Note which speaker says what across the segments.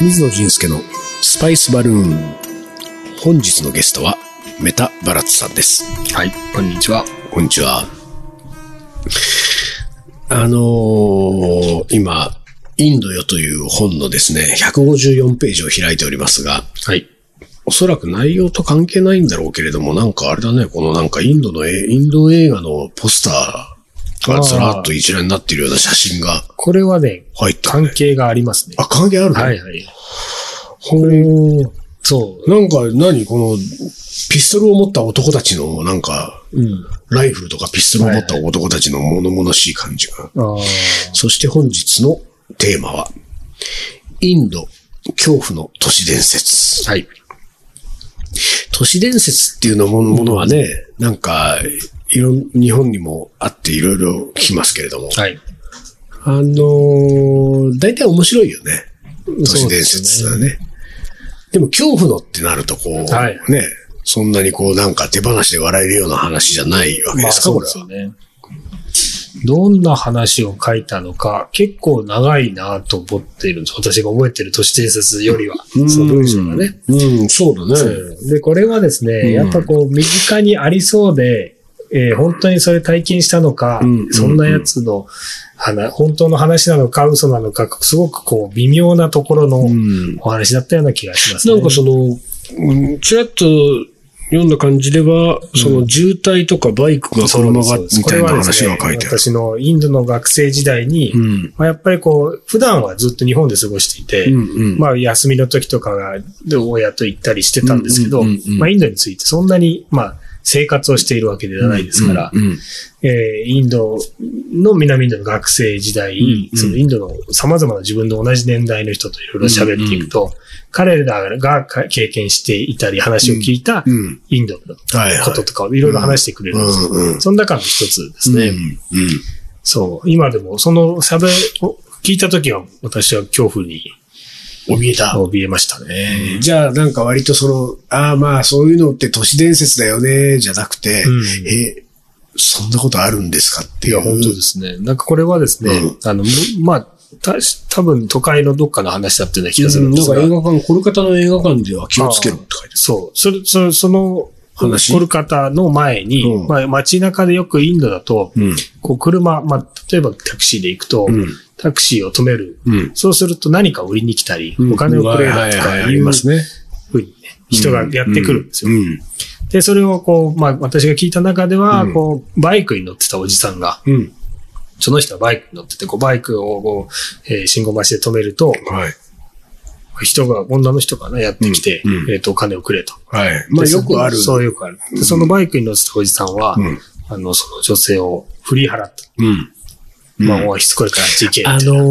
Speaker 1: 水野仁介のスパイスバルーン。本日のゲストは、メタバラッツさんです。
Speaker 2: はい、こんにちは。
Speaker 1: こんにちは。あのー今、インドよという本のですね、154ページを開いておりますが、
Speaker 2: はい。
Speaker 1: おそらく内容と関係ないんだろうけれども、なんかあれだね、このなんかインドのえ、インド映画のポスターがずらっと一覧になっているような写真が
Speaker 2: これはね、
Speaker 1: 入った、
Speaker 2: 関
Speaker 1: ね。
Speaker 2: 係がありますね。
Speaker 1: あ、関係あるの
Speaker 2: はいはい。
Speaker 1: ほー
Speaker 2: そ
Speaker 1: なんか何この、ピストルを持った男たちの、なんか、
Speaker 2: う。うん。
Speaker 1: ライフルとかピストルを持った男たちの物々しい感じが。
Speaker 2: ああ。
Speaker 1: そして本日のテーマは、インド恐怖の都市伝説。
Speaker 2: はい。
Speaker 1: 都市伝説っていうのもものはね、なんか、いろん、日本にもあっていろいろ聞きますけれども、
Speaker 2: はい。
Speaker 1: あのー大体面白いよね。都市伝説はね。でも恐怖のってなるとこう、
Speaker 2: はい
Speaker 1: ね、そんなにこうなんか手放しで笑えるような話じゃないわけ
Speaker 2: ま
Speaker 1: で
Speaker 2: あ
Speaker 1: すか、
Speaker 2: そう
Speaker 1: こ
Speaker 2: で
Speaker 1: れ
Speaker 2: す
Speaker 1: は。
Speaker 2: よね。どんな話を書いたのか、結構長いなと思っているんです。私が覚えてる都市伝説よりは、その文章がね。
Speaker 1: うん、そうだね。
Speaker 2: で、これはですね、
Speaker 1: ん
Speaker 2: やっぱこう、身近にありそうで、えー本当にそれ体験したのか、
Speaker 1: うん
Speaker 2: そんなやつの、話本当の話なのか、嘘なのか、すごくこう、微妙なところの
Speaker 1: ん
Speaker 2: お話だったような気がします、ね。
Speaker 1: なんかその、うんちらっと読んだ感じでは、その渋滞とかバイクが
Speaker 2: そう
Speaker 1: 車
Speaker 2: です
Speaker 1: が
Speaker 2: そうです
Speaker 1: みたいな話が
Speaker 2: こ
Speaker 1: 書
Speaker 2: れ
Speaker 1: い
Speaker 2: は
Speaker 1: て
Speaker 2: です
Speaker 1: ある
Speaker 2: ね。私のインドの学生時代に、
Speaker 1: うん。
Speaker 2: まあ、やっぱりこう、普段はずっと日本で過ごしていて、
Speaker 1: うんうん
Speaker 2: まあ、休みの時とかが、親と行ったりしてたんですけど、
Speaker 1: うんうんうんうん
Speaker 2: まあ、インドについてそんなに、まあ、生活をしているわけではないですから、
Speaker 1: うんうん
Speaker 2: えーインドの南インドの学生時代、
Speaker 1: うんうん
Speaker 2: そのインドの様々な自分の同じ年代の人といろいろ喋っていくと、彼らが経験していたり話を聞いた
Speaker 1: うん
Speaker 2: インドの
Speaker 1: はいはい
Speaker 2: こととかをいろいろ話してくれるんですよ。
Speaker 1: うんうん
Speaker 2: その中の一つですね。
Speaker 1: うんうん
Speaker 2: そう。今でも、その喋を聞いた時は私は恐怖に
Speaker 1: 怯えた。
Speaker 2: 怯えましたね。
Speaker 1: じゃあなんか割とその、ああまあそういうのって都市伝説だよね、じゃなくて、
Speaker 2: うん
Speaker 1: え、そんなことあるんですかって
Speaker 2: い
Speaker 1: いう。
Speaker 2: や、本当ですね。なんかこれはですね、
Speaker 1: う
Speaker 2: あの、むまあ、た多分都会のどっかの話だったような気がするんですが、
Speaker 1: 画館、コルカタの映画館では気って書いて
Speaker 2: そう。それ、その、その、
Speaker 1: 話
Speaker 2: コルカタの前に、
Speaker 1: うん
Speaker 2: まあ、街中でよくインドだと、
Speaker 1: ある。
Speaker 2: こう車、まあ、例えばタクシーで行くと、
Speaker 1: うん
Speaker 2: タクシーを止める。
Speaker 1: うん。うん。
Speaker 2: そうすると何か売りに来たり、お金をくれる
Speaker 1: はい
Speaker 2: と
Speaker 1: はいはい
Speaker 2: か
Speaker 1: あ
Speaker 2: い
Speaker 1: り
Speaker 2: う
Speaker 1: ますね。
Speaker 2: ふうにね、人がやってくるんですよ。
Speaker 1: うん。
Speaker 2: で、それをこう、まあ、私が聞いた中では、
Speaker 1: うん
Speaker 2: こう、バイクに乗ってたおじさんが、
Speaker 1: うん。
Speaker 2: その人はバイクに乗ってて、こう、バイクをこう、えー信号待ちで止めると、
Speaker 1: はい。
Speaker 2: 人が、女の人がね、やってきて、
Speaker 1: うんうん
Speaker 2: えっ、と、お金をくれと。
Speaker 1: はい。まあ
Speaker 2: で
Speaker 1: よくある。
Speaker 2: そう、よくある。で、そのバイクに乗ってたおじさんは、
Speaker 1: うん
Speaker 2: あの、その女性を振り払った。
Speaker 1: うん。
Speaker 2: まあ、おい、しつこいからあっち行けって。
Speaker 1: あの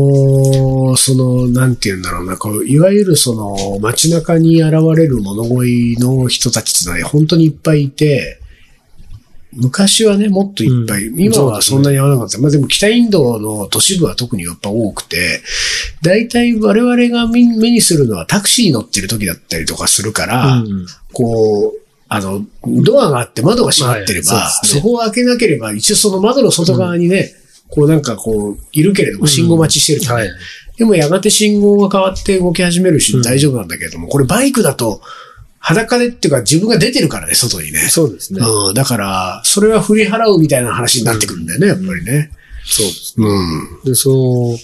Speaker 1: ーその、なんて言うんだろうな、こう、いわゆるその、街中に現れる物乞いの人たちってのは本当にいっぱいいて、昔はね、もっといっぱい、
Speaker 2: うん
Speaker 1: 今はそんなに合わなかった。まあでも北インドの都市部は特にやっぱ多くて、大体我々が見目にするのはタクシーに乗ってる時だったりとかするから、
Speaker 2: うん
Speaker 1: こう、あの、ドアがあって窓が閉まってれば、
Speaker 2: はいそうで
Speaker 1: そ
Speaker 2: すね
Speaker 1: こを開けなければ、一応その窓の外側にね、こうなんかこう、いるけれども信号待ちしてるとね、
Speaker 2: はい。
Speaker 1: でもやがて信号が変わって動き始めるし
Speaker 2: うん
Speaker 1: 大丈夫なんだけれども、これバイクだと裸でっていうか自分が出てるからね、外にね。
Speaker 2: そうですね。
Speaker 1: うん、だから、それは振り払うみたいな話になってくるんだよね、やっぱりね。
Speaker 2: そうです
Speaker 1: うん。
Speaker 2: ね。で、そう、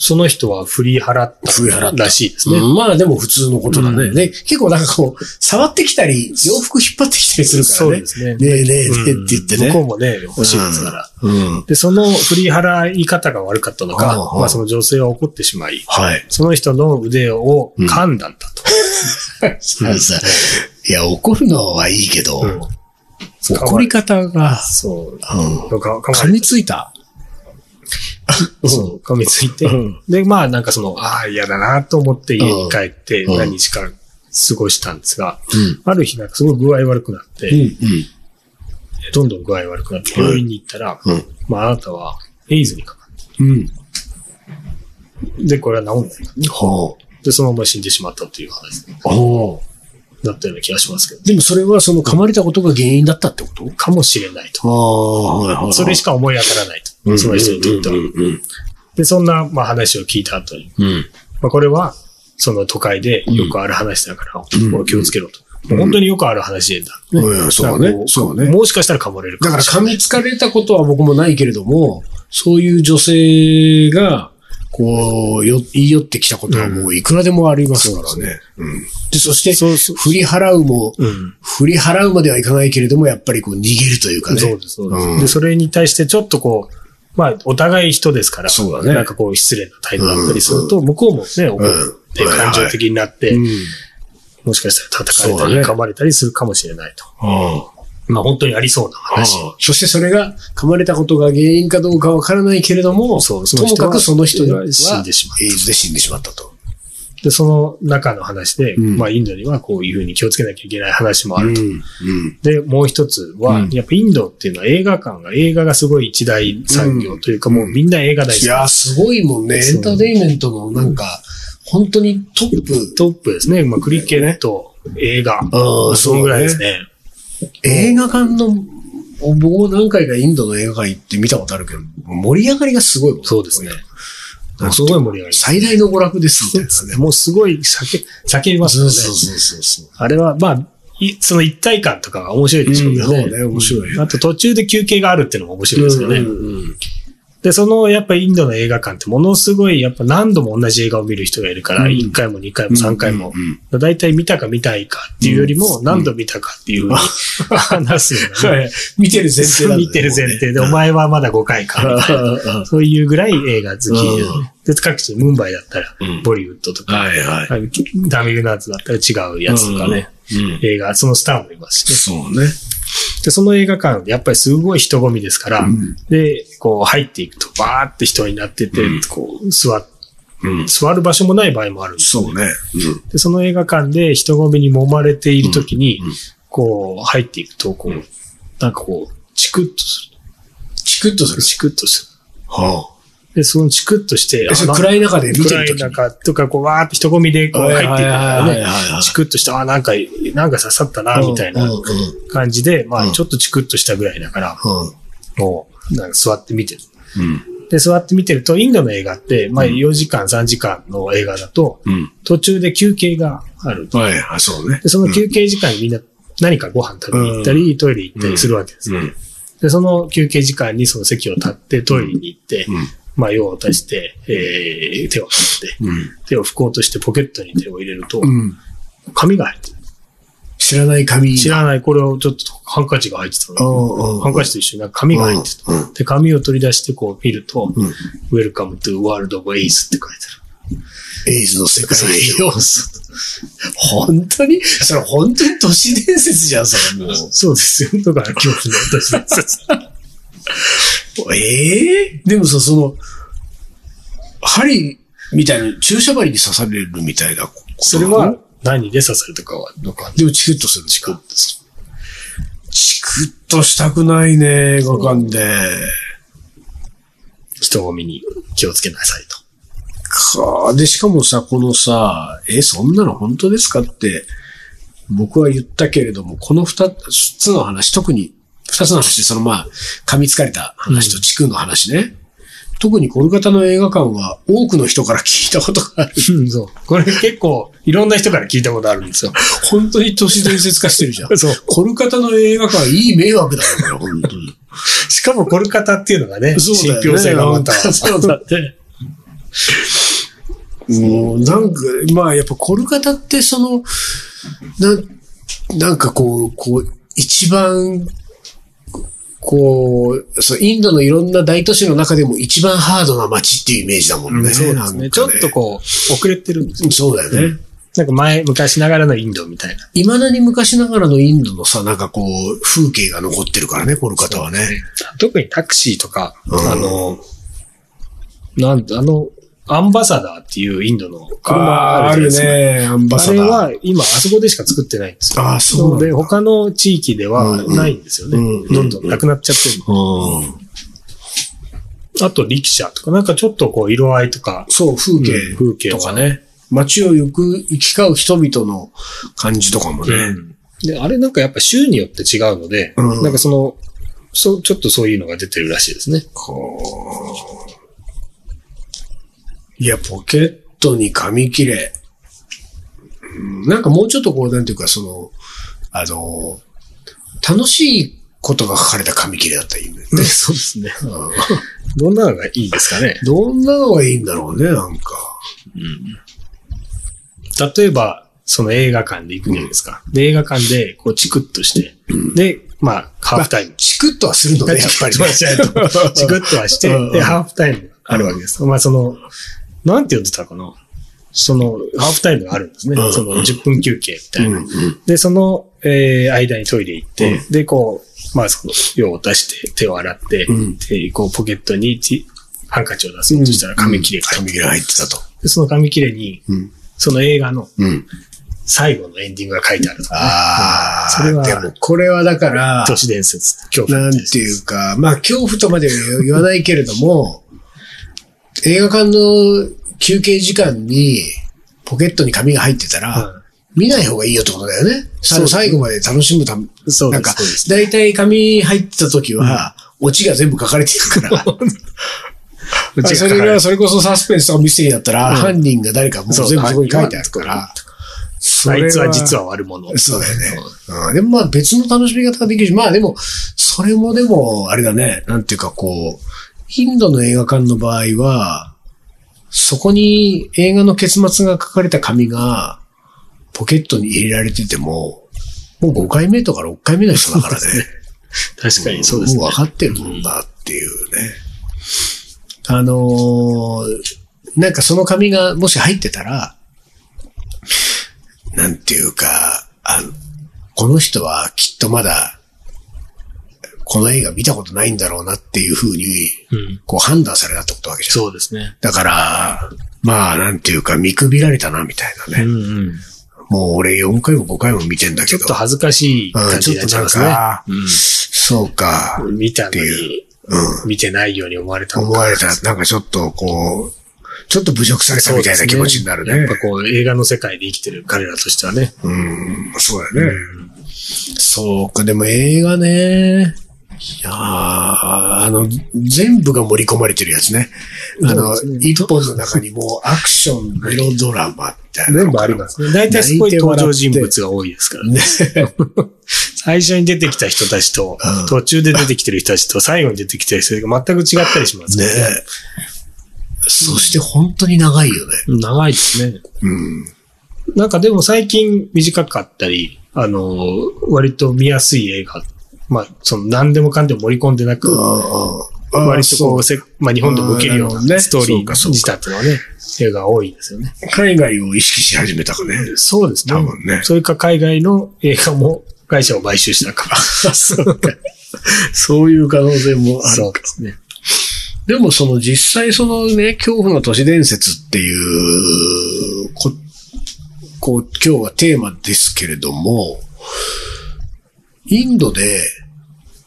Speaker 2: その人は振り払った。
Speaker 1: 振り払った
Speaker 2: らしいですね。
Speaker 1: うんまあでも普通のことだね。
Speaker 2: うん
Speaker 1: ね結構なんかこう、触ってきたり、洋服引っ張ってきたりする
Speaker 2: そう
Speaker 1: からね
Speaker 2: で。すね。
Speaker 1: ねえねえねえ
Speaker 2: うん
Speaker 1: って言ってね。
Speaker 2: 向こうもね、欲しいですから。
Speaker 1: うん。
Speaker 2: で、その振り払い方が悪かったのか、
Speaker 1: ああ
Speaker 2: まあその女性は怒ってしまい、
Speaker 1: はい。
Speaker 2: その人の腕を噛んだんだと。
Speaker 1: さあさ、いや、怒るのはいいけど、
Speaker 2: うん
Speaker 1: 怒り方が、
Speaker 2: そう。
Speaker 1: うん、
Speaker 2: か噛ま
Speaker 1: 噛
Speaker 2: れ
Speaker 1: みついた。
Speaker 2: てそう噛みついて、
Speaker 1: うん
Speaker 2: で、まあなんかその、ああ、嫌だなと思って家に帰って
Speaker 1: うん
Speaker 2: 何日か過ごしたんですが、
Speaker 1: うん。
Speaker 2: ある日なんかすごい具合悪くなって、
Speaker 1: うん。
Speaker 2: どんどん具合悪くなって病院に行ったら、
Speaker 1: うん。
Speaker 2: まああなたはエイズにかかっ
Speaker 1: うん。
Speaker 2: た。で、これは治んない。
Speaker 1: ほ
Speaker 2: で、そのまま死んでしまったという話
Speaker 1: う。ほ
Speaker 2: だったような気がしますけど、
Speaker 1: う。でもそれはその噛まれたことが原因だったってこと
Speaker 2: かもしれないと。
Speaker 1: ああ、はいはいはい。
Speaker 2: それしか思い当たらないと。その人にとっては。
Speaker 1: うんうんうんうん
Speaker 2: で、そんな、まあ、話を聞いた後に、
Speaker 1: うん。
Speaker 2: まあ、これは、その都会でよくある話だから、
Speaker 1: ん
Speaker 2: もう気をつけろと。もう本当によくある話だ。
Speaker 1: うん、そうだ
Speaker 2: こ
Speaker 1: ね。そうだね。
Speaker 2: もしかしたら噛まれるか
Speaker 1: だから
Speaker 2: もしれ
Speaker 1: 噛
Speaker 2: ない。
Speaker 1: みつかれたことは僕もないけれども、そういう女性が、こう、よ、言い寄ってきたことはもういくらでもありますからね。うん。で、そして、
Speaker 2: そうそう
Speaker 1: 振り払うも、
Speaker 2: うん。
Speaker 1: 振り払うまではいかないけれども、やっぱりこう逃げるというかね。
Speaker 2: そうです、そうです。
Speaker 1: うん
Speaker 2: で、それに対してちょっとこう、まあ、お互い人ですから、
Speaker 1: そうだね
Speaker 2: なんかこう、失礼な態度だったりすると、向こうもね、怒って
Speaker 1: はい
Speaker 2: 感情的になって、
Speaker 1: うん。
Speaker 2: もしかしたら叩か
Speaker 1: そう
Speaker 2: れたり、
Speaker 1: だね
Speaker 2: 噛まれたりするかもしれないと。
Speaker 1: ああ
Speaker 2: まあ、本当にありそうな話。
Speaker 1: そしてそれが噛まれたことが原因かどうかわからないけれども、
Speaker 2: そうそ
Speaker 1: と
Speaker 2: の
Speaker 1: も
Speaker 2: 人は
Speaker 1: かくその人は
Speaker 2: 死んでしまった
Speaker 1: エイズで死んでしまったと。
Speaker 2: で、その中の話で、
Speaker 1: うん
Speaker 2: まあ、インドにはこういうふうに気をつけなきゃいけない話もあると。
Speaker 1: うん。
Speaker 2: で、もう一つは、
Speaker 1: うん
Speaker 2: やっぱインドっていうのは映画館が、映画がすごい一大産業というか、もうみんな映画大好
Speaker 1: い
Speaker 2: き。
Speaker 1: やー、すごいもんね。エ
Speaker 2: そう
Speaker 1: ンターテインメントのなんか、本当にトップ。
Speaker 2: トップですね。まあ、クリケット、映画。
Speaker 1: ああ
Speaker 2: そのぐらいですね。
Speaker 1: 映画館の、僕も何回かインドの映画館行って見たことあるけど、盛り上がりがすごいもん
Speaker 2: そうですね。もうすごい盛り上がります。
Speaker 1: 最大の娯楽ですみたいなね。
Speaker 2: もうすごい叫、叫びますよね。
Speaker 1: そうそう。
Speaker 2: あれは、まあ、いその一体感とかが面白いでしょうけどね。
Speaker 1: うんそうね面白いよね
Speaker 2: あと途中で休憩があるっていうのも面白いですよね。
Speaker 1: うんうん
Speaker 2: で、その、やっぱインドの映画館ってものすごい、やっぱ何度も同じ映画を見る人がいるか
Speaker 1: う
Speaker 2: ら、
Speaker 1: ん
Speaker 2: 1回も2回も3回も
Speaker 1: うんうん、
Speaker 2: だいたい見たか見たいかっていうよりも、何度見たかっていうふうに話すよね。
Speaker 1: はい見てる前提
Speaker 2: そう
Speaker 1: なんだね
Speaker 2: 見てる前提で、お前はまだ5回か、みたいな。
Speaker 1: は
Speaker 2: そういうぐらい映画好きで
Speaker 1: う
Speaker 2: で、各地、ムンバイだったら
Speaker 1: うん、
Speaker 2: ボリウッドとか、
Speaker 1: いはい。
Speaker 2: ダミルナーズだったら違うやつとかね、
Speaker 1: うん。
Speaker 2: 映画、そのスターもいますしね。
Speaker 1: そうね。
Speaker 2: で、その映画館、やっぱりすごい人混みですから、
Speaker 1: ん
Speaker 2: で、こう入っていくと、バーって人になってて、
Speaker 1: うん
Speaker 2: こう座っ、
Speaker 1: うん。
Speaker 2: 座る場所もない場合もあるんです。
Speaker 1: そうね。
Speaker 2: で、その映画館で人混みに揉まれている時に、
Speaker 1: うんうん
Speaker 2: こう入っていくと、こう、
Speaker 1: うん
Speaker 2: なんかこう、チクッとす
Speaker 1: チクッとす
Speaker 2: る。
Speaker 1: る。
Speaker 2: チクッとす
Speaker 1: は
Speaker 2: る。で、そのチクッとして、
Speaker 1: あ。え、それ
Speaker 2: あ
Speaker 1: 暗い中で見て
Speaker 2: 暗
Speaker 1: る
Speaker 2: い
Speaker 1: 時に。
Speaker 2: 中とか、こう、わーって人混みでこう入っていくから
Speaker 1: はいはいはい
Speaker 2: ね
Speaker 1: はいはい、
Speaker 2: チクッとした、あー、なんか、なんか刺さったな、みたいな
Speaker 1: うんうんうん
Speaker 2: 感じで、ま
Speaker 1: う
Speaker 2: あ、
Speaker 1: ん
Speaker 2: ちょっとチクッとしたぐらいだから、もう、なんか座って見てる。
Speaker 1: うん。
Speaker 2: で、座って見てると、インドの映画って、まあ、4時間、3時間の映画だと、
Speaker 1: うん。
Speaker 2: 途中で休憩がある。
Speaker 1: はいはい、そうね
Speaker 2: で、。その休憩時間にみんな何かご飯食べに行ったり、トイレ行ったりするわけです。
Speaker 1: うん。
Speaker 2: で、その休憩時間にその席を立って、トイレに行って、まあ、用を足して、えー手を取って、
Speaker 1: うん。
Speaker 2: 手を拭こうとしてポケットに手を入れると、
Speaker 1: うん。
Speaker 2: 紙が入ってる。
Speaker 1: 知らない紙。
Speaker 2: 知らない、これをちょっとハンカチが入ってた
Speaker 1: う
Speaker 2: の。
Speaker 1: んうん。
Speaker 2: ハンカチと一緒になんか紙が入ってた。
Speaker 1: うん
Speaker 2: で、紙を取り出してこう見ると、
Speaker 1: うん
Speaker 2: Welcome to World of Ace って書いてある。
Speaker 1: エイズの世界要素。 本当にそれ本当に都市伝説じゃん、それもう。
Speaker 2: そうですよ。とか、恐怖の私
Speaker 1: ええでもさ、その、針みたいな、注射針に刺されるみたいなことなの
Speaker 2: それは、何で刺されたかは、どうか。
Speaker 1: でもチクッとする。チクッとする。チクッとしたくないね、映画館で。
Speaker 2: 人混みに気をつけなさいと。
Speaker 1: かで、しかもさ、このさ、え、そんなの本当ですかって、僕は言ったけれども、この二つの話、特に、二つの話で、そのまあ、噛みつかれた話と地区の話ね。特にコルカタの映画館は多くの人から聞いたことがある。
Speaker 2: うん、そう。これ結構、いろんな人から聞いたことあるんですよ。
Speaker 1: 本当に都市伝説化してるじゃん。
Speaker 2: そう。
Speaker 1: コルカタの映画館はいい迷惑だよ、これ、本当に。
Speaker 2: しかも、コルカタっていうのがね、
Speaker 1: そうだ
Speaker 2: 信
Speaker 1: よね
Speaker 2: 憑性がまた。
Speaker 1: そうだ
Speaker 2: って。
Speaker 1: もうなんか、まあやっぱコルカタってその、なん、なんかこう、こう、一番、こう、そう、インドのいろんな大都市の中でも一番ハードな街っていうイメージだもんね。
Speaker 2: そうで
Speaker 1: な
Speaker 2: す
Speaker 1: んか
Speaker 2: ね。ちょっとこう、遅れてるんですよ。
Speaker 1: そうだよね。
Speaker 2: なんか前、昔ながらのインドみたいな。
Speaker 1: いまだに昔ながらのインドのさ、なんかこう、風景が残ってるからね、コルカタはね。
Speaker 2: 特にタクシーとか、
Speaker 1: うん
Speaker 2: あの、なんあの、アンバサダーっていうインドの車あるじゃないで
Speaker 1: ね、
Speaker 2: すか。
Speaker 1: アンバ
Speaker 2: あれ。は今、あそこでしか作ってないんですよ。
Speaker 1: ああ、そうなんだ
Speaker 2: で、他の地域ではないんですよね。
Speaker 1: うんうん
Speaker 2: どんどんなくなっちゃってる
Speaker 1: うん
Speaker 2: の。あと、力車とか、なんかちょっとこう、色合いとか、
Speaker 1: そう、風景。
Speaker 2: 風景
Speaker 1: と
Speaker 2: と
Speaker 1: か
Speaker 2: か
Speaker 1: ね。街を行く、行き交う人々の感じとかもね。
Speaker 2: で、あれなんかやっぱ州によって違うので、
Speaker 1: うん
Speaker 2: なんかその、そう、ちょっとそういうのが出てるらしいですね。
Speaker 1: こいや、ポケットに紙切れ。うんなんかもうちょっとこう、なんていうか、その、あの、楽しいことが書かれた紙切れだったらいいんだよね。
Speaker 2: そうですね。
Speaker 1: うん
Speaker 2: どんなのがいいんですかね。
Speaker 1: どんなのがいいんだろうね、なんか。
Speaker 2: 例えば、その映画館で行くじゃないですか。で、映画館で、こう、チクッとして、で、まあ、ハーフタイム。
Speaker 1: チクッとはするのね、やっぱ りね、
Speaker 2: チクッとはしないと チクッとはして
Speaker 1: うんうん、
Speaker 2: で、ハーフタイムあるわけです。まあ、その、なんて呼んでたかな。その、ハーフタイムがあるんですね
Speaker 1: うんう。ん
Speaker 2: その、10分休憩みたい
Speaker 1: うん
Speaker 2: な。
Speaker 1: うん
Speaker 2: で、その、えー間にトイレ行って、
Speaker 1: う
Speaker 2: で、こう、まあ、その、用を出して、手を洗って、
Speaker 1: うん
Speaker 2: で、こう、ポケットにち、ハンカチを出そうとしたら紙切れが、
Speaker 1: 紙切れ入ってたと。
Speaker 2: で、その紙切れに、
Speaker 1: うん。
Speaker 2: その映画の
Speaker 1: うん。
Speaker 2: 最後のエンディングが書いてあるとか、
Speaker 1: ああ、
Speaker 2: それは
Speaker 1: でもこれはだから、
Speaker 2: 都市伝説、恐怖
Speaker 1: なんていうか、まあ恐怖とまでは言わないけれども、映画館の休憩時間にポケットに紙が入ってたら、
Speaker 2: う
Speaker 1: 見ない方がいいよってことだよね。
Speaker 2: そうです
Speaker 1: 最後まで楽しむため、
Speaker 2: んそう
Speaker 1: なん
Speaker 2: で
Speaker 1: か
Speaker 2: す、そうです。、
Speaker 1: だいたい紙入ってた時は、オチが全部書かれてる から、
Speaker 2: う
Speaker 1: あ
Speaker 2: ち
Speaker 1: そ
Speaker 2: が
Speaker 1: れ
Speaker 2: 書かれ
Speaker 1: が、
Speaker 2: て
Speaker 1: それこそサスペンスとかミステリーだったら、
Speaker 2: うん
Speaker 1: 犯人が誰かもう
Speaker 2: そう
Speaker 1: 全部そこに書いてあるから、そ
Speaker 2: あいつは実
Speaker 1: は。
Speaker 2: は悪者。
Speaker 1: そうだよね。うん、でもまあ別の楽しみ方ができるし、まあでも、それもでも、あれだね、なんていうかこう、インドの映画館の場合は、そこに映画の結末が書かれた紙が、ポケットに入れられてても、もう5回目とか6回目の人だからね。
Speaker 2: 確かにそうですね
Speaker 1: もう。分かってるもんだっていうね。あのーなんかその紙がもし入ってたら、なんていうか、あの、この人はきっとまだ、この映画見たことないんだろうなっていうふうに、
Speaker 2: うん
Speaker 1: こう判断されたってことわけじゃん。
Speaker 2: そうですね。
Speaker 1: だから、まあ、なんていうか、見くびられたな、みたいなね。
Speaker 2: うんうん。
Speaker 1: もう俺4回も5回も見てんだ
Speaker 2: ち
Speaker 1: け
Speaker 2: ょっ
Speaker 1: ど。
Speaker 2: と恥ずかしい感じになっちゃいますね
Speaker 1: うんちょっとなんか。そうか。
Speaker 2: うん見たの
Speaker 1: ってい
Speaker 2: に、見てないように思われたの
Speaker 1: 思
Speaker 2: か
Speaker 1: われたら、なんかちょっとこう、ちょっと侮辱されたみたいな気持ちになるね。
Speaker 2: やっぱこう、映画の世界で生きてる彼らとしてはね。
Speaker 1: うん、そうだね。そうか、でも映画ね。いやーあの、全部が盛り込まれてるやつね。あの
Speaker 2: そうで、すね
Speaker 1: 一本の中にもうアクション、メロドラマみたいな。
Speaker 2: 全部ありますね。大体すごい登場人物が多いですからね。最初に出てきた人たちと、
Speaker 1: うん
Speaker 2: 途中で出てきてる人たちと、最後に出てきた人が全く違ったりします
Speaker 1: ね
Speaker 2: ね。
Speaker 1: そして本当に長いよね。
Speaker 2: 長いですね。
Speaker 1: うん。
Speaker 2: なんかでも最近短かったり、あの、割と見やすい映画、まあ、その何でもかんでも盛り込んでなく、
Speaker 1: あ
Speaker 2: 割とこう、せまあ、日本でも受けるよう
Speaker 1: あーなるほどね
Speaker 2: なストー
Speaker 1: そ
Speaker 2: リ
Speaker 1: う
Speaker 2: ー
Speaker 1: か
Speaker 2: が
Speaker 1: そうか
Speaker 2: 仕立てのね、映画が多いですよね。
Speaker 1: 海外を意識し始めたかね。
Speaker 2: そうですね。
Speaker 1: 多分ね
Speaker 2: それか海外の映画も会社を買収し たから。そうか。
Speaker 1: そういう可能性もある
Speaker 2: そうですね。
Speaker 1: でもその実際そのね、恐怖の都市伝説っていう、こ、こう、今日はテーマですけれども、インドで、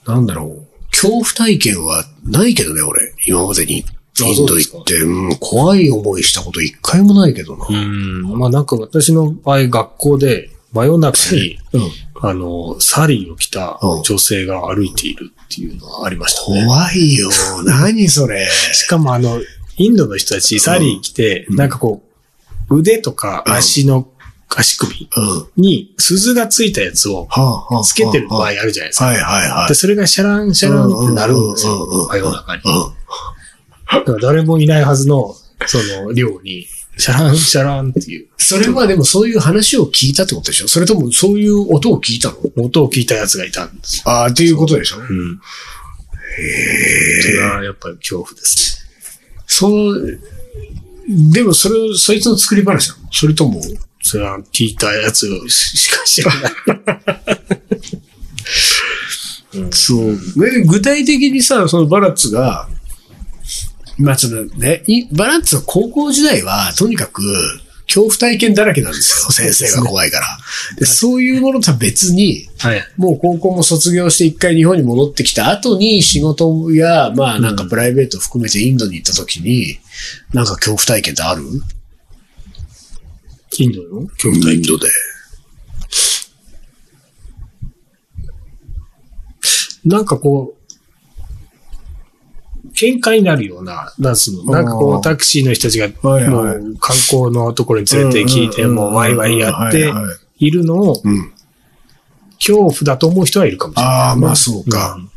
Speaker 1: なんだろう、恐怖体験はないけどね、俺。今までに。インド行って、うん、怖い思いしたこと一回もないけどな。
Speaker 2: うん。まあなんか私の場合、学校で真夜中に、
Speaker 1: うん。
Speaker 2: あの、サリーを着た
Speaker 1: うん
Speaker 2: 女性が歩いているっていうのはありましたね。
Speaker 1: 怖いよ。何それ。
Speaker 2: しかもあの、インドの人たち、サリー着て、
Speaker 1: うん
Speaker 2: なんかこう、腕とか足の、足首
Speaker 1: うん。は
Speaker 2: に鈴がついたやつを
Speaker 1: あ、はあ
Speaker 2: つけてる場合あ
Speaker 1: はい
Speaker 2: るじゃないですか。
Speaker 1: はいは
Speaker 2: で、
Speaker 1: い。
Speaker 2: それがシャランシャランってなるんですよ
Speaker 1: うんうんうんうん。
Speaker 2: 真夜中に。
Speaker 1: うん。
Speaker 2: だから誰もいないはずの、その、寮に、シャランシャランっていう
Speaker 1: それはでもそういう話を聞いたってことでしょそれともそういう音を聞いたの
Speaker 2: 音を聞いたやつがいたんですよ。
Speaker 1: ああ、っていうことでしょ
Speaker 2: うん。それはやっぱり恐怖です
Speaker 1: その、でもそれ、そいつの作り話なのそれとも、
Speaker 2: ね。それは聞いたやつしか知らない。
Speaker 1: そう。ね、具体的にさ、そのバラッツが、まあ、そのね、いバラッツは高校時代は、とにかく、恐怖体験だらけなんですよ。先生が怖いから。で、そういうものとは別に、
Speaker 2: はい。
Speaker 1: もう高校も卒業して一回日本に戻ってきた後に仕事や、まあなんかプライベート含めてインドに行った時に、なんか恐怖体験ってある
Speaker 2: インドの
Speaker 1: 恐怖体験。インドで。
Speaker 2: なんかこう、喧嘩になるような、なんすの、なんかこ
Speaker 1: あー
Speaker 2: う、タクシーの人たちが、
Speaker 1: はいはい
Speaker 2: もう、観光のところに連れて聞いて、
Speaker 1: うんうんうん
Speaker 2: もう、ワイワイやっ
Speaker 1: は
Speaker 2: て
Speaker 1: いはい
Speaker 2: いるのを、
Speaker 1: うん。
Speaker 2: 恐怖だと思う人はいるかもしれない。
Speaker 1: ああ、まあそうか。
Speaker 2: うん
Speaker 1: ま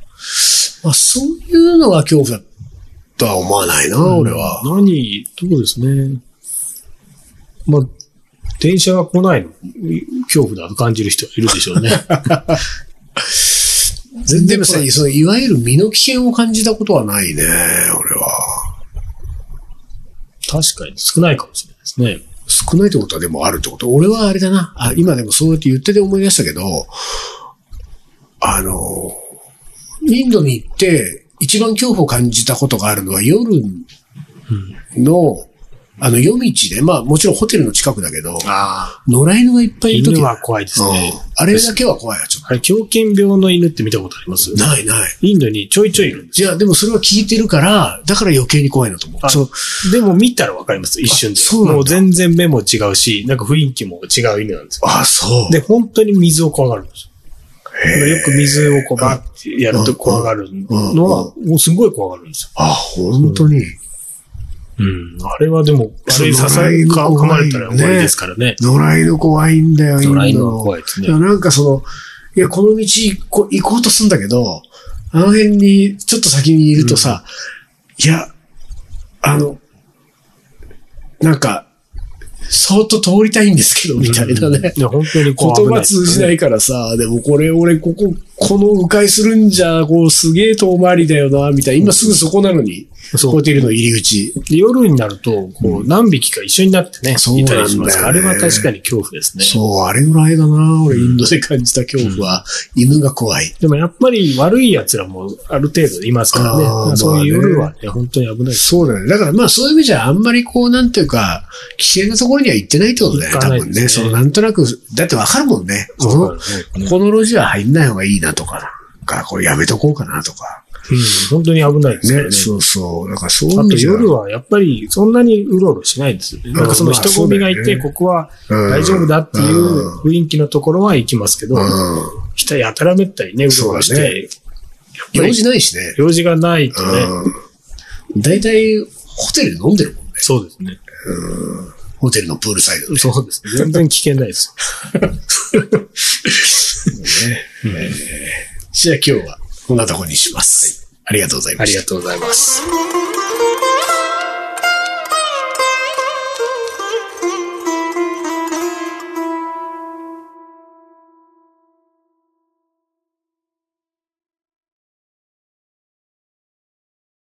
Speaker 1: あそういうのが恐怖だとは思わないな、俺は。
Speaker 2: 何、どうですね。まあ、電車が来ないの、恐怖だと感じる人はいるでしょうね。
Speaker 1: 全
Speaker 2: 全
Speaker 1: 然
Speaker 2: 然
Speaker 1: そのいわゆる身の危険を感じたことはないね、俺は。
Speaker 2: 確かに少ないかもしれないですね。
Speaker 1: 少ないってことはでもあるってこと。俺はあれだな。あ、今でもそうやって言ってて思い出したけど、あの、インドに行って一番恐怖を感じたことがあるのは夜の、あの夜道で、まあもちろんホテルの近くだけど、
Speaker 2: ああ。
Speaker 1: 野良犬がいっぱいいるとき
Speaker 2: 犬は怖いですね。
Speaker 1: あれだけは怖いわ、ちょっ
Speaker 2: あれ、狂犬病の犬って見たことあります
Speaker 1: と。ないない。
Speaker 2: インドにちょいちょいいるんです
Speaker 1: いや、でもそれは聞いてるから、だから余計に怖いなと思う。
Speaker 2: あ
Speaker 1: そう。
Speaker 2: でも見たらわかります、一瞬で。
Speaker 1: あそうなんだ
Speaker 2: もう全然目も違うし、なんか雰囲気も違う犬なんですよ。
Speaker 1: あ、そう。
Speaker 2: で、本当に水を怖がるんですよ。よく水をこうバッてやると怖がるのは、もうすごい怖がるんですよ。
Speaker 1: あ、本当に。
Speaker 2: うん。あれはでも、あれ
Speaker 1: そう
Speaker 2: 支
Speaker 1: 野良
Speaker 2: え
Speaker 1: 犬
Speaker 2: か
Speaker 1: 怖い
Speaker 2: 噛まれたら終わりですからね。
Speaker 1: 野良犬怖いんだよ、
Speaker 2: 野良犬
Speaker 1: インド
Speaker 2: は怖いです
Speaker 1: い
Speaker 2: ね
Speaker 1: や、。なんかその、いや、この道行こ行こうとすんだけど、あの辺に、ちょっと先にいるとさ、いや、あの、なんか、そーっと通りたいんですけど、みたいなね。
Speaker 2: うんいや、本当にこう。
Speaker 1: 言葉通じないいからさ、でもこれ俺ここ、この迂回するんじゃ、こうすげえ遠回りだよな、みたいな。今すぐそこなのに、
Speaker 2: そう
Speaker 1: ホテルの入り口。
Speaker 2: 夜になると、こう、何匹か一緒になってね、
Speaker 1: そうなん
Speaker 2: い
Speaker 1: だ
Speaker 2: た
Speaker 1: よね
Speaker 2: りしますからあれは確かに恐怖ですね。
Speaker 1: そう、あれぐらいだな、俺インドで感じた恐怖は、犬が怖い。
Speaker 2: でもやっぱり悪い奴らもある程度いますからね。
Speaker 1: あー
Speaker 2: まあそういう夜
Speaker 1: まあ
Speaker 2: はね、本当に危ないです。
Speaker 1: そうだよね。だからまあそういう意味じゃあんまりこうなんていうか、危険なところには行ってないってことだよね、
Speaker 2: 行か
Speaker 1: 多
Speaker 2: ない
Speaker 1: 分ね。
Speaker 2: です
Speaker 1: そ
Speaker 2: ね
Speaker 1: のなんとなく、だってわかるもんね。この、
Speaker 2: う
Speaker 1: こ
Speaker 2: んうん
Speaker 1: この路地は入んない方がいいなとか、なんかこれやめとこうかなとか。
Speaker 2: 本当に危ないですから
Speaker 1: ね、
Speaker 2: ね。
Speaker 1: そうそう。なんかそういう
Speaker 2: あ
Speaker 1: 意
Speaker 2: と
Speaker 1: 味じゃ
Speaker 2: 夜はやっぱりそんなにうろうろしないんですよね。なんかその人混みがい
Speaker 1: まあそうだ
Speaker 2: て、
Speaker 1: よね
Speaker 2: ここは
Speaker 1: うん
Speaker 2: 大丈夫だっていう雰囲気のところは行きますけど、
Speaker 1: う
Speaker 2: 人やたらめったりね、うろうろ
Speaker 1: そ
Speaker 2: し
Speaker 1: うだ
Speaker 2: て、
Speaker 1: ん。用事ないしね。
Speaker 2: 用事がないとね、
Speaker 1: うん。大体、ホテルで飲んでるもんね。
Speaker 2: そうですね。
Speaker 1: ホテルのプールサイドで。
Speaker 2: そうですね。全然危険ないです。
Speaker 1: じゃあ今日はこんなとこにします。ありがとうござい
Speaker 2: あ
Speaker 1: ま
Speaker 2: り
Speaker 1: した
Speaker 2: が。とうございます。
Speaker 3: Thank you.